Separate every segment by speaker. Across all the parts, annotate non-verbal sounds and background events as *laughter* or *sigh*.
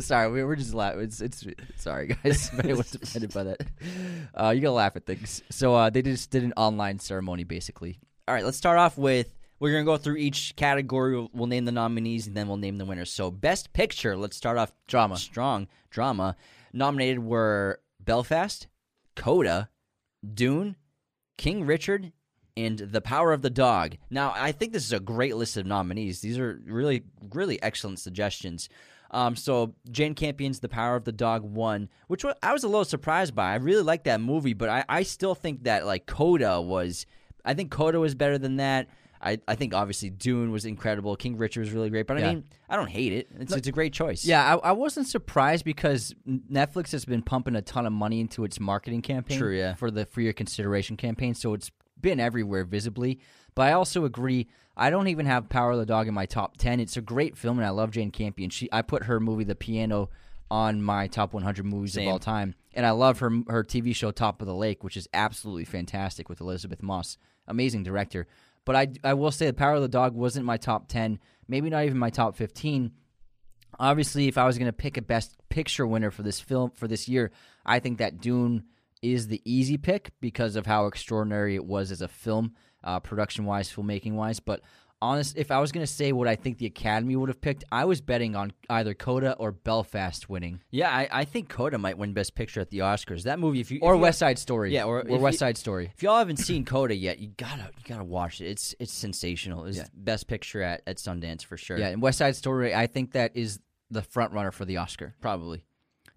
Speaker 1: sorry, we, we're just laughing. It's, it's sorry guys, *laughs* if
Speaker 2: *laughs*
Speaker 1: anyone's offended by that. Uh, you gotta laugh at things. So uh, they just did an online ceremony basically.
Speaker 2: All right, let's start off with we're going to go through each category. We'll, we'll name the nominees and then we'll name the winners. So, best picture, let's start off
Speaker 1: Drama.
Speaker 2: Strong drama. Nominated were Belfast, Coda, Dune, King Richard, and The Power of the Dog. Now, I think this is a great list of nominees. These are really, really excellent suggestions. Um, so, Jane Campion's The Power of the Dog won, which wa- I was a little surprised by. I really like that movie, but I, I still think that, like, Coda was. I think Coda was better than that. I, I think obviously Dune was incredible. King Richard was really great, but I
Speaker 1: Yeah.
Speaker 2: mean, I don't hate it. It's, it's a great choice.
Speaker 1: Yeah, I, I wasn't surprised because Netflix has been pumping a ton of money into its marketing campaign.
Speaker 2: True, yeah.
Speaker 1: For the for your consideration campaign, so it's been everywhere visibly. But I also agree. I don't even have Power of the Dog in my top ten. It's a great film, and I love Jane Campion. She, I put her movie The Piano on my top 100 movies
Speaker 2: Same.
Speaker 1: of all time, and I love her her TV show Top of the Lake, which is absolutely fantastic with Elizabeth Moss, amazing director. But I I will say The Power of the Dog wasn't my top ten, maybe not even my top 15 obviously if i was going to pick a best picture winner for this film for this year i think that dune is the easy pick because of how extraordinary it was as a film uh, production wise filmmaking wise but honest if i was going to say what i think the academy would have picked i was betting on either coda or belfast winning
Speaker 2: Yeah, I, I think Coda might win Best Picture at the Oscars. That movie, if you
Speaker 1: or
Speaker 2: if you-
Speaker 1: west side story
Speaker 2: Yeah, or
Speaker 1: or,
Speaker 2: if you-
Speaker 1: west side story
Speaker 2: If y'all haven't seen Coda yet, you gotta you gotta watch it. It's it's sensational. It's Best Picture at, at Sundance for sure.
Speaker 1: yeah and west side story i think that is the front runner for the oscar
Speaker 2: probably.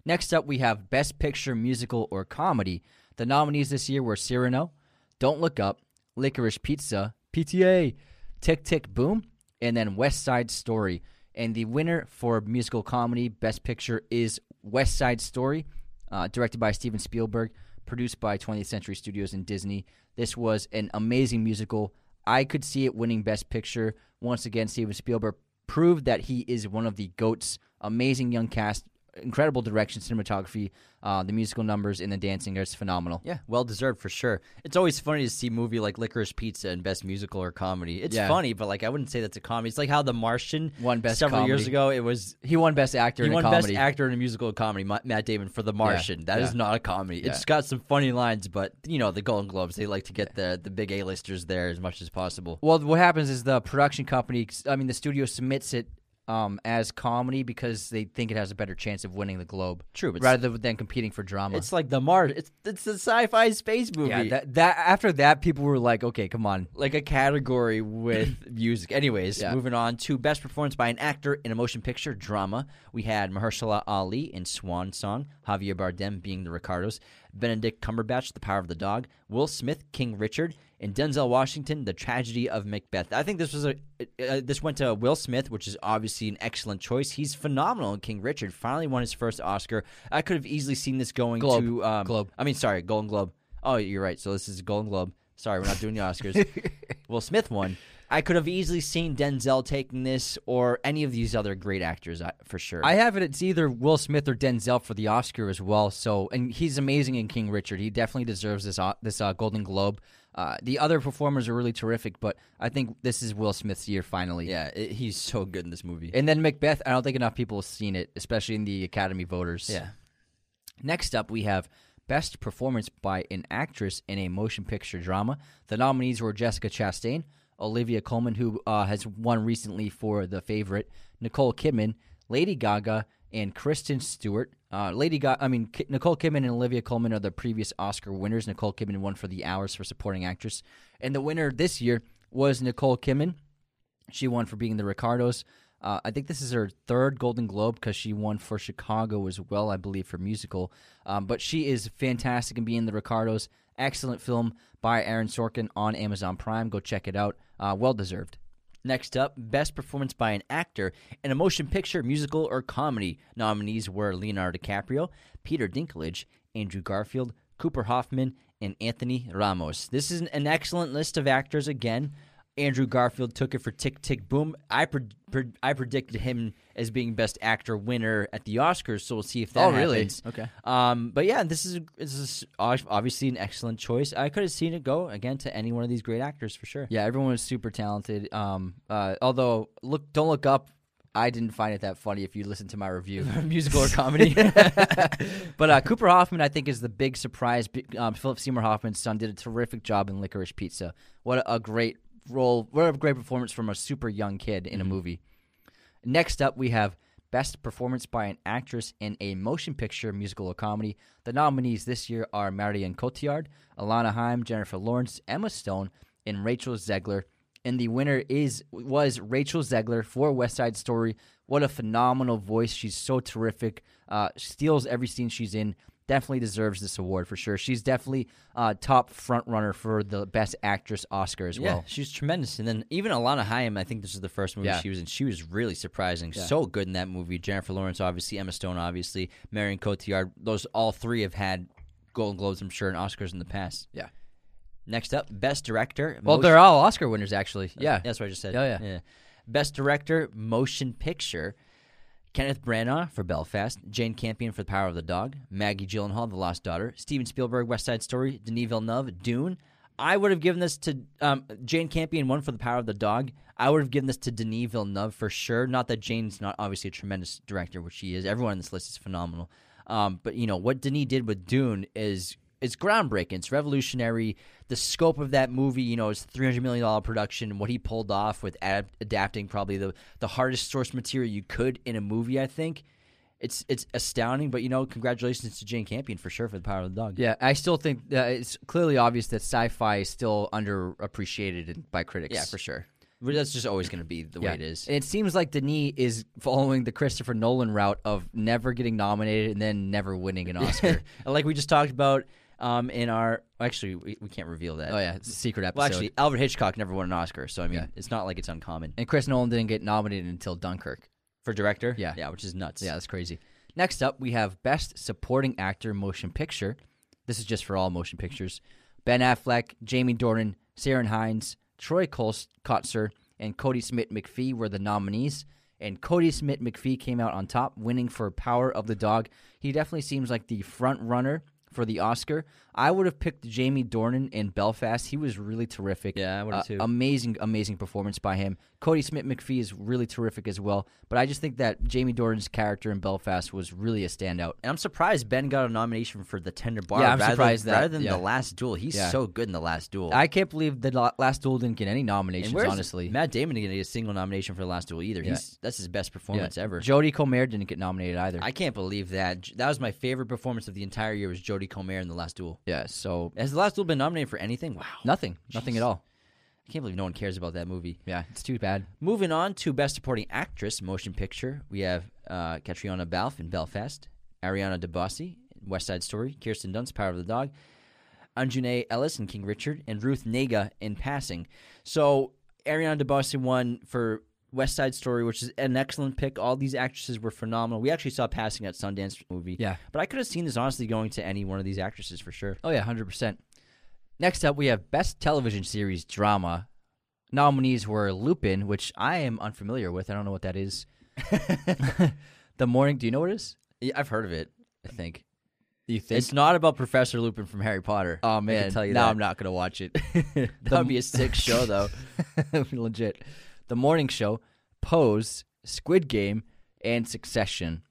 Speaker 1: Next up, we have Best Picture Musical or Comedy. The nominees this year were Cyrano, Don't Look Up, Licorice Pizza, PTA, Tick Tick Boom, and then West Side Story. And the winner for musical comedy Best Picture is West Side Story, uh, directed by Steven Spielberg, produced by 20th Century Studios and Disney. This was an amazing musical. I could see it winning Best Picture. Once again, Steven Spielberg proved that he is one of the GOATs. Amazing young cast, incredible direction, cinematography, uh, the musical numbers, and the dancing is phenomenal.
Speaker 2: Yeah, well deserved for sure. It's always funny to see a movie like Licorice Pizza and Best Musical or Comedy. It's
Speaker 1: Yeah.
Speaker 2: funny, but like I wouldn't say that's a comedy. It's like how The Martian
Speaker 1: Won Best
Speaker 2: several years
Speaker 1: Comedy.
Speaker 2: ago. It was
Speaker 1: He won Best Actor
Speaker 2: he
Speaker 1: in
Speaker 2: won
Speaker 1: a
Speaker 2: Best
Speaker 1: Comedy.
Speaker 2: Actor in a Musical Comedy, Ma- Matt Damon for The Martian. That is
Speaker 1: yeah.
Speaker 2: not a comedy. It's got some funny lines, but you know the Golden Globes. They like to get the the big A listers there as much as possible.
Speaker 1: well, what happens is the production company, I mean, the studio submits it um, as comedy because they think it has a better chance of winning the Globe.
Speaker 2: True, but
Speaker 1: rather than competing for drama.
Speaker 2: It's like the Mars. It's it's the sci-fi space movie.
Speaker 1: yeah, that, that after that, people were like, "Okay, come on."
Speaker 2: like
Speaker 1: *laughs*
Speaker 2: a category with *laughs* music. Anyways,
Speaker 1: Yeah.
Speaker 2: moving on to best performance by an actor in a motion picture drama. We had Mahershala Ali in Swan Song, Javier Bardem being the Ricardos, Benedict Cumberbatch, The Power of the Dog, Will Smith, King Richard, and Denzel Washington, The Tragedy of Macbeth. I think this was a uh, this went to Will Smith, which is obviously an excellent choice. He's phenomenal in King Richard. Finally won his first Oscar. I could have easily seen this going
Speaker 1: Globe.
Speaker 2: to um,
Speaker 1: Globe.
Speaker 2: I mean, sorry, Golden Globe. Oh, you're right. So this is Golden Globe. Sorry, we're not doing
Speaker 1: *laughs*
Speaker 2: the Oscars. Will Smith won. I could have easily seen Denzel taking this or any of these other great actors I- for sure.
Speaker 1: I have it. It's either Will Smith or Denzel for the Oscar as well. So, and he's amazing in King Richard. He definitely deserves this o- this uh, Golden Globe. Uh, the other performers are really terrific, but I think this is Will Smith's year finally.
Speaker 2: yeah, it, he's so good in this movie.
Speaker 1: And then Macbeth. I don't think enough people have seen it, especially in the Academy voters.
Speaker 2: yeah.
Speaker 1: Next up, we have Best Performance by an Actress in a Motion Picture Drama. The nominees were Jessica Chastain, Olivia Colman, who uh, has won recently for The Favorite, Nicole Kidman, Lady Gaga, and Kristen Stewart. Uh, Lady Gaga, I mean Ki- Nicole Kidman and Olivia Colman are the previous Oscar winners. Nicole Kidman won for The Hours for Supporting Actress, and the winner this year was Nicole Kidman. She won for being the Ricardos. Uh, I think this is her third Golden Globe because she won for Chicago as well, I believe, for musical. Um, but she is fantastic in being the Ricardos. Excellent film by Aaron Sorkin on Amazon Prime. Go check it out. Uh, well deserved.
Speaker 2: Next up, best performance by an actor in a motion picture, musical, or comedy. Nominees were Leonardo DiCaprio, Peter Dinklage, Andrew Garfield, Cooper Hoffman, and Anthony Ramos. This is an- an excellent list of actors again. Andrew Garfield took it for Tick Tick Boom. I pre- pre- I predicted him as being best actor winner at the Oscars, so we'll see if that
Speaker 1: Oh, really?
Speaker 2: happens.
Speaker 1: Okay.
Speaker 2: Um, but yeah, this is this is ob- obviously an excellent choice. I could have seen it go again to any one of these great actors for sure.
Speaker 1: Yeah, everyone was super talented. Um, uh, although, look, don't look up. I didn't find it that funny if you listen to my review.
Speaker 2: *laughs* Musical
Speaker 1: *laughs*
Speaker 2: or comedy.
Speaker 1: But uh, Cooper Hoffman, I think, is the big surprise. B- Um, Philip Seymour Hoffman's son did a terrific job in Licorice Pizza. What a, a great role! What a great performance from a super young kid in a movie. Next up, we have Best Performance by an Actress in a Motion Picture, Musical, or Comedy. The nominees this year are Marion Cotillard, Alana Haim, Jennifer Lawrence, Emma Stone, and Rachel Zegler. And the winner is was Rachel Zegler for West Side Story. What a phenomenal voice! She's so terrific. Uh, steals every scene she's in. Definitely deserves this award for sure. She's definitely uh, top front runner for the Best Actress Oscar as
Speaker 2: Yeah,
Speaker 1: well.
Speaker 2: she's tremendous. And then even Alana Haim, I think this is the first movie
Speaker 1: Yeah.
Speaker 2: she was in. She was really surprising. So good in that movie. Jennifer Lawrence, obviously, Emma Stone, obviously, Marion Cotillard. Those all three have had Golden Globes, I'm sure, and Oscars in the past.
Speaker 1: Yeah.
Speaker 2: Next up, Best Director.
Speaker 1: Well,
Speaker 2: Motion-
Speaker 1: they're all Oscar winners, actually. Yeah,
Speaker 2: that's what I just said.
Speaker 1: Oh, yeah.
Speaker 2: Best Director, Motion Picture. Kenneth Branagh for Belfast, Jane Campion for The Power of the Dog, Maggie Gyllenhaal, The Lost Daughter, Steven Spielberg, West Side Story, Denis Villeneuve, Dune. I would have given this to um, Jane Campion one for The Power of the Dog. I would have given this to Denis Villeneuve for sure. Not that Jane's not obviously a tremendous director, which she is. Everyone on this list is phenomenal. Um, but you know what Denis did with Dune is it's groundbreaking. It's revolutionary. The scope of that movie, you know, is three hundred million dollar production. What he pulled off with ad- adapting probably the the hardest source material you could in a movie, I think. It's it's astounding, but you know, congratulations to Jane Campion for sure for the power of the dog.
Speaker 1: Yeah, I still think uh, it's clearly obvious that sci-fi is still underappreciated by critics.
Speaker 2: yeah, for sure. But that's just always going to be the
Speaker 1: Yeah.
Speaker 2: way it is.
Speaker 1: And it seems like Denis is following the Christopher Nolan route of never getting nominated and then never winning an Oscar.
Speaker 2: *laughs* like we just talked about um, in our actually, we, we can't reveal that.
Speaker 1: oh yeah, it's a secret episode.
Speaker 2: Well, actually, Alfred Hitchcock never won an Oscar, so I mean, it's not like it's uncommon
Speaker 1: and Chris Nolan didn't get nominated until Dunkirk.
Speaker 2: for director.
Speaker 1: Yeah.
Speaker 2: yeah, which is nuts.
Speaker 1: Yeah, that's crazy. Next up, we have Best Supporting Actor Motion Picture. This is just for all motion pictures. Ben Affleck, Jamie Dornan, Saren Hines, Troy Coles- Kotzer, and Cody Smith McPhee were the nominees. And Cody Smith McPhee came out on top, winning for Power of the Dog. He definitely seems like the front runner for the Oscar. I would have picked Jamie Dornan in Belfast. He was really terrific. Uh,
Speaker 2: Yeah, I would've too.
Speaker 1: Amazing, amazing performance by him. Cody Smith McPhee is really terrific as well. But I just think that Jamie Dornan's character in Belfast was really a standout.
Speaker 2: And I'm surprised Ben got a nomination for the Tender Bar
Speaker 1: Yeah, I'm
Speaker 2: rather,
Speaker 1: surprised that-
Speaker 2: rather than
Speaker 1: yeah.
Speaker 2: the Last Duel. He's
Speaker 1: Yeah.
Speaker 2: so good in the Last Duel.
Speaker 1: I can't believe the La- Last Duel didn't get any
Speaker 2: and
Speaker 1: nominations.
Speaker 2: where's
Speaker 1: honestly,
Speaker 2: Matt Damon didn't get a single nomination for the Last Duel either. He's, that's his best performance ever.
Speaker 1: Jodie Comer didn't get nominated either.
Speaker 2: I can't believe that. J- That was my favorite performance of the entire year was Jodie Comer in the Last Duel.
Speaker 1: yeah, so
Speaker 2: Has the Last Duel been nominated for anything? Wow,
Speaker 1: nothing, nothing at all.
Speaker 2: I can't believe no one cares about that movie.
Speaker 1: Yeah, it's too bad.
Speaker 2: Moving on to Best Supporting Actress Motion Picture, we have uh, Catriona Balfe in Belfast, Ariana DeBossi in West Side Story, Kirsten Dunst, Power of the Dog, Anjune Ellis in King Richard, and Ruth Nega in Passing. So Ariana DeBossi won for West Side Story, which is an excellent pick. All these actresses were phenomenal. We actually saw Passing at Sundance movie.
Speaker 1: Yeah.
Speaker 2: But I could have seen this honestly going to any one of these actresses for sure.
Speaker 1: Oh yeah, hundred percent. Next up, we have Best Television Series Drama. Nominees were Lupin, which I am unfamiliar with. I don't know what that
Speaker 2: *laughs*
Speaker 1: is. the morning. Do you know what it is?
Speaker 2: Yeah, I've heard of it, I think.
Speaker 1: You think?
Speaker 2: It's not about Professor Lupin from Harry Potter.
Speaker 1: oh man,
Speaker 2: I can tell you
Speaker 1: now
Speaker 2: that.
Speaker 1: I'm not gonna watch
Speaker 2: *laughs*
Speaker 1: it.
Speaker 2: That would be a sick show, though.
Speaker 1: *laughs* Legit. The Morning Show, Pose, Squid Game, and Succession.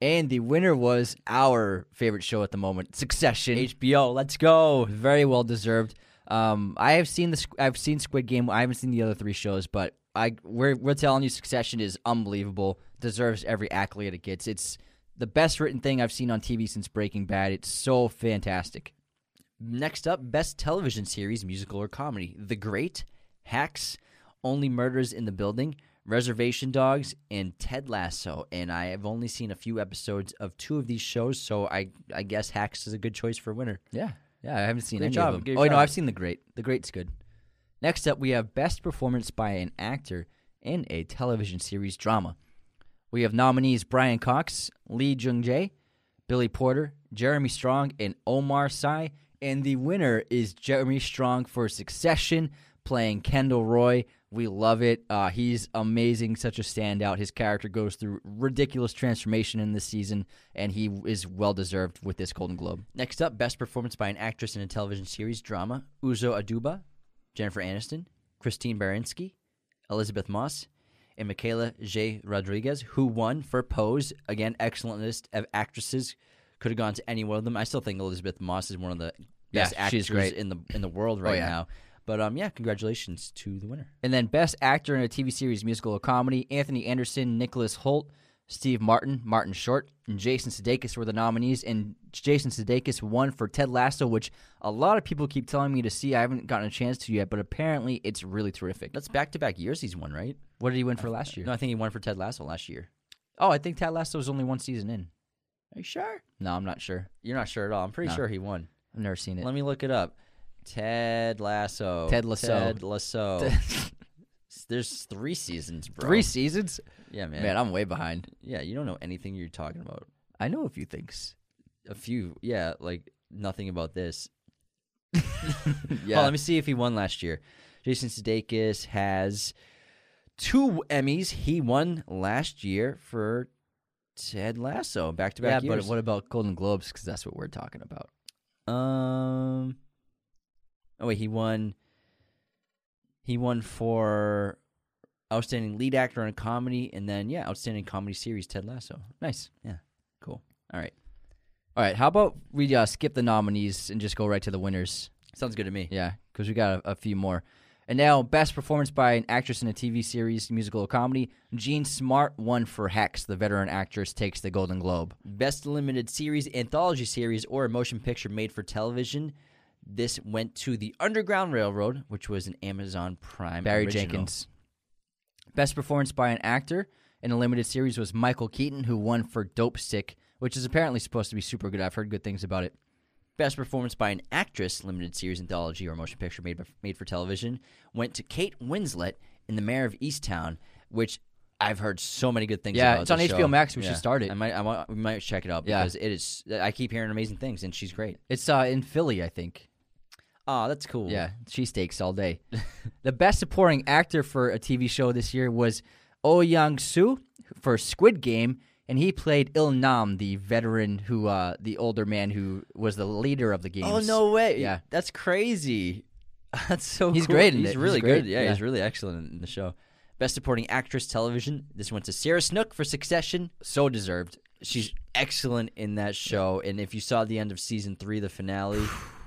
Speaker 1: And the winner was our favorite show at the moment, Succession.
Speaker 2: HBO, let's go.
Speaker 1: Very well deserved. Um, I have seen the Squ- I've seen Squid Game. I haven't seen the other three shows, but I we're we're telling you, Succession is unbelievable. Deserves every accolade it gets. It's the best written thing I've seen on TV since Breaking Bad. It's so fantastic.
Speaker 2: Next up, best television series, musical or comedy: The Great, Hacks, Only Murders in the Building, Reservation Dogs, and Ted Lasso. And I have only seen a few episodes of two of these shows, so I I guess Hacks is a good choice for winner.
Speaker 1: Yeah, yeah, I haven't seen
Speaker 2: Great
Speaker 1: any
Speaker 2: job,
Speaker 1: of them.
Speaker 2: good
Speaker 1: oh no,
Speaker 2: job.
Speaker 1: I've seen the Great. The Great's good. Next up, we have best performance by an actor in a television series drama. We have nominees Brian Cox, Lee Jung Jae, Billy Porter, Jeremy Strong, and Omar Sy. And the winner is Jeremy Strong for Succession, playing Kendall Roy. We love it. Uh, he's amazing, such a standout. His character goes through ridiculous transformation in this season, and he is well deserved with this Golden Globe.
Speaker 2: Next up, best performance by an actress in a television series drama: Uzo Aduba, Jennifer Aniston, Christine Baranski, Elizabeth Moss, and Michaela J. Rodriguez, who won for Pose. Again, excellent list of actresses. Could have gone to any one of them. I still think Elizabeth Moss is one of the
Speaker 1: Yeah,
Speaker 2: best
Speaker 1: she's
Speaker 2: actors
Speaker 1: great. Oh,
Speaker 2: in the in the world right
Speaker 1: yeah.
Speaker 2: now. But um, yeah, congratulations to the winner.
Speaker 1: And then Best Actor in a TV Series Musical or Comedy, Anthony Anderson, Nicholas Holt, Steve Martin, Martin Short, and Jason Sudeikis were the nominees. And Jason Sudeikis won for Ted Lasso, which a lot of people keep telling me to see. I haven't gotten a chance to yet, but apparently it's really terrific.
Speaker 2: That's back to back years he's won, right?
Speaker 1: What did he win for last year?
Speaker 2: No, I think he won for Ted Lasso last year.
Speaker 1: Oh, I think Ted Lasso was only one season in.
Speaker 2: Are you sure?
Speaker 1: No, I'm not sure.
Speaker 2: You're not sure at all. I'm pretty
Speaker 1: No.
Speaker 2: sure he won.
Speaker 1: I've never seen it.
Speaker 2: Let me look it up. Ted Lasso.
Speaker 1: Ted Lasso.
Speaker 2: *laughs* Ted Lasso. There's three seasons, bro.
Speaker 1: Three seasons?
Speaker 2: Yeah, man.
Speaker 1: Man, I'm way behind.
Speaker 2: yeah, you don't know anything you're talking about.
Speaker 1: I know a few things.
Speaker 2: A few. Yeah, like nothing about *laughs* this.
Speaker 1: Yeah.
Speaker 2: Oh, let me see if he won last year. Jason Sudeikis has two Emmys. He won last year for Ted Lasso. Back to
Speaker 1: yeah,
Speaker 2: back
Speaker 1: but what about Golden Globes? Because that's what we're talking about.
Speaker 2: Um. Oh wait, he won. He won for outstanding lead actor in a comedy, and then yeah, outstanding comedy series Ted Lasso.
Speaker 1: Nice.
Speaker 2: Yeah, cool. All right,
Speaker 1: All right, how about we uh, skip the nominees and just go right to the winners?
Speaker 2: sounds good to me.
Speaker 1: Yeah, because we got a, a few more. And now, best performance by an actress in a TV series, musical, or comedy. Jean Smart won for Hex. The veteran actress takes the Golden Globe.
Speaker 2: Best limited series, anthology series, or a motion picture made for television. This went to the Underground Railroad, which was an Amazon Prime.
Speaker 1: Barry
Speaker 2: original.
Speaker 1: Jenkins. Best performance by an actor in a limited series was Michael Keaton, who won for Dope Sick, which is apparently supposed to be super good. I've heard good things about it.
Speaker 2: Best performance by an actress, limited series, anthology, or motion picture made, made for television went to Kate Winslet in The Mayor of Easttown, which I've heard so many good things
Speaker 1: Yeah,
Speaker 2: about.
Speaker 1: it's on
Speaker 2: this
Speaker 1: HBO
Speaker 2: show.
Speaker 1: Max. We should start it.
Speaker 2: I might, I want, we might check it out
Speaker 1: Yeah.
Speaker 2: because it is. I keep hearing amazing things, and she's great.
Speaker 1: It's uh, in Philly, I think.
Speaker 2: Oh, that's cool.
Speaker 1: Yeah, cheesesteaks all day. the best supporting actor for a TV show this year was Oh Young Soo for Squid Game and he played Il Nam, the veteran who, uh, the older man who was the leader of the games.
Speaker 2: Oh no way!
Speaker 1: Yeah.
Speaker 2: that's crazy. *laughs* That's so.
Speaker 1: He's
Speaker 2: cool.
Speaker 1: great in it.
Speaker 2: He's
Speaker 1: He's
Speaker 2: really
Speaker 1: great,
Speaker 2: good. Yeah, he's
Speaker 1: yeah.
Speaker 2: really excellent in the show. Best Supporting Actress Television. This went to Sarah Snook for Succession. So deserved. She's excellent in that show. And if you saw the end of season three, the finale,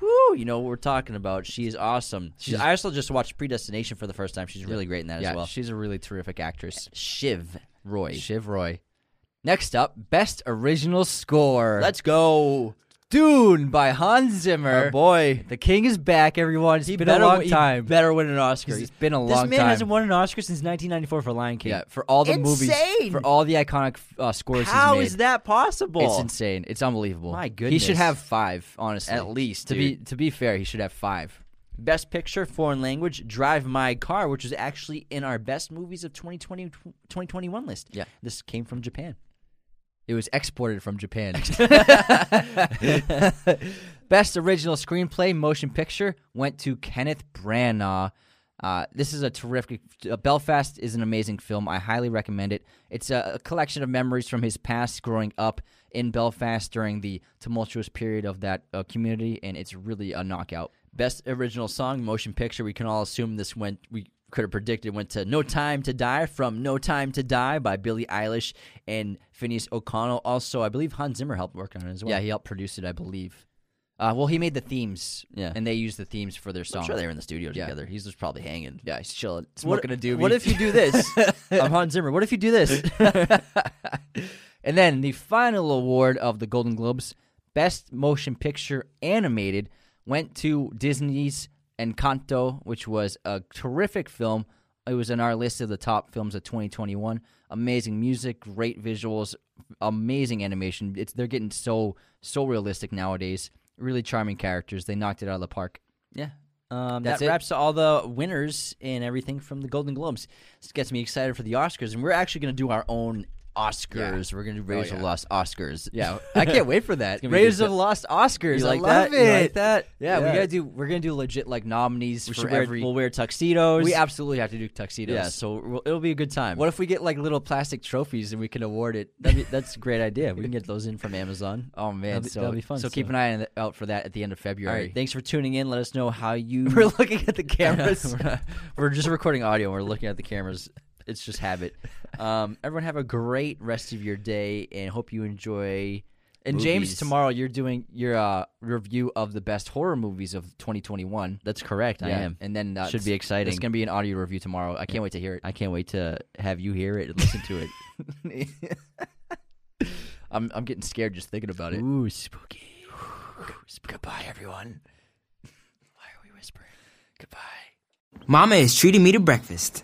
Speaker 2: woo, you know what we're talking about. She is awesome. She's, I also just watched Predestination for the first time. She's really great in that
Speaker 1: Yeah,
Speaker 2: as well.
Speaker 1: she's a really terrific actress.
Speaker 2: Shiv Roy.
Speaker 1: Shiv Roy. Next up, best original score.
Speaker 2: Let's go.
Speaker 1: Dune by Hans Zimmer.
Speaker 2: Our boy.
Speaker 1: The King is back, everyone. It's been a
Speaker 2: better
Speaker 1: long
Speaker 2: win- he
Speaker 1: time.
Speaker 2: better win an Oscar.
Speaker 1: It's been a
Speaker 2: this
Speaker 1: long
Speaker 2: man
Speaker 1: time.
Speaker 2: hasn't won an Oscar since 1994 for Lion King.
Speaker 1: yeah, for all the movies,
Speaker 2: Insane!
Speaker 1: for all the iconic uh, scores.
Speaker 2: How
Speaker 1: he's made.
Speaker 2: is that possible?
Speaker 1: It's insane. It's unbelievable.
Speaker 2: My
Speaker 1: he
Speaker 2: goodness.
Speaker 1: should have five. Honestly,
Speaker 2: At least,
Speaker 1: to be
Speaker 2: dude.
Speaker 1: to be fair, he should have five.
Speaker 2: Best Picture, Foreign Language, Drive My Car, which was actually in our best movies of 2020, 2021 list.
Speaker 1: Yeah.
Speaker 2: This came from Japan.
Speaker 1: It was exported from
Speaker 2: *laughs*
Speaker 1: Japan. *laughs* Best original screenplay motion picture went to Kenneth Branagh. Uh, this is a terrific. Uh, Belfast is an amazing film. I highly recommend it. It's a, a collection of memories from his past growing up in Belfast during the tumultuous period of that uh, community, and it's really a knockout.
Speaker 2: Best Original Song, Motion Picture. We can all assume this went, we could have predicted, went to No Time to Die from No Time to Die by Billie Eilish and Phineas O'Connell. Also, I believe Hans Zimmer helped work on it as well.
Speaker 1: Yeah, he helped produce it, I believe. Uh, well, he made the themes,
Speaker 2: Yeah.
Speaker 1: and they used the themes for their
Speaker 2: I'm
Speaker 1: songs.
Speaker 2: sure they were in the studio
Speaker 1: Yeah.
Speaker 2: together. He's just probably hanging.
Speaker 1: Yeah, he's chilling,
Speaker 2: What,
Speaker 1: smoking a doobie.
Speaker 2: what if you do this?
Speaker 1: *laughs*
Speaker 2: I'm Hans Zimmer. What if you do this?
Speaker 1: And then the final award of the Golden Globes, Best Motion Picture Animated, went to Disney's Encanto, which was a terrific film. It was in our list of the top films of 2021. Amazing music, great visuals, amazing animation. It's they're getting so so realistic nowadays. Really charming characters. They knocked it out of the park.
Speaker 2: Yeah. Um,
Speaker 1: That's
Speaker 2: that
Speaker 1: it.
Speaker 2: wraps all the winners and everything from the Golden Globes. This gets me excited for the Oscars, and we're actually going to do our own Oscars. We're going to do Raiders of
Speaker 1: yeah.
Speaker 2: the Lost Oscars. *laughs*
Speaker 1: Yeah, I can't wait for that.
Speaker 2: gonna be
Speaker 1: Raiders
Speaker 2: good
Speaker 1: of
Speaker 2: stuff.
Speaker 1: Lost Oscars.
Speaker 2: You like
Speaker 1: I love
Speaker 2: that? You
Speaker 1: it.
Speaker 2: like that?
Speaker 1: Yeah, we
Speaker 2: Yeah.
Speaker 1: gotta do. We're gonna do legit like nominees
Speaker 2: we
Speaker 1: for
Speaker 2: should wear,
Speaker 1: every.
Speaker 2: we'll wear tuxedos.
Speaker 1: we absolutely have to do tuxedos.
Speaker 2: yeah. So we'll, it'll be a good time.
Speaker 1: what if we get like little plastic trophies and we can award it?
Speaker 2: That'd be, that's a great idea. We can get those in from Amazon.
Speaker 1: *laughs* Oh man,
Speaker 2: That'd be-
Speaker 1: so
Speaker 2: that'd be fun,
Speaker 1: So,
Speaker 2: so-
Speaker 1: keep an eye on- out for that at the oh, end of
Speaker 2: all
Speaker 1: February.
Speaker 2: right. Thanks for tuning in. Let us
Speaker 1: *laughs*
Speaker 2: know how you.
Speaker 1: We're looking
Speaker 2: *laughs*
Speaker 1: at the cameras.
Speaker 2: we're, not- we're just recording audio. and We're looking at the cameras. It's just habit. Um, everyone have a great rest of your day, and hope you enjoy.
Speaker 1: and James,
Speaker 2: movies.
Speaker 1: tomorrow you're doing your uh, review of the best horror movies of 2021.
Speaker 2: That's correct. I
Speaker 1: Yeah,
Speaker 2: am.
Speaker 1: and then uh,
Speaker 2: Should be exciting.
Speaker 1: It's gonna be an audio review tomorrow. I can't wait to hear it.
Speaker 2: I can't wait to have you hear it and listen to it.
Speaker 1: I'm I'm getting scared just thinking about it. *sighs*
Speaker 2: Ooh, spooky.
Speaker 1: Goodbye, everyone. Why are we whispering? Goodbye.
Speaker 3: Mama is treating me to breakfast.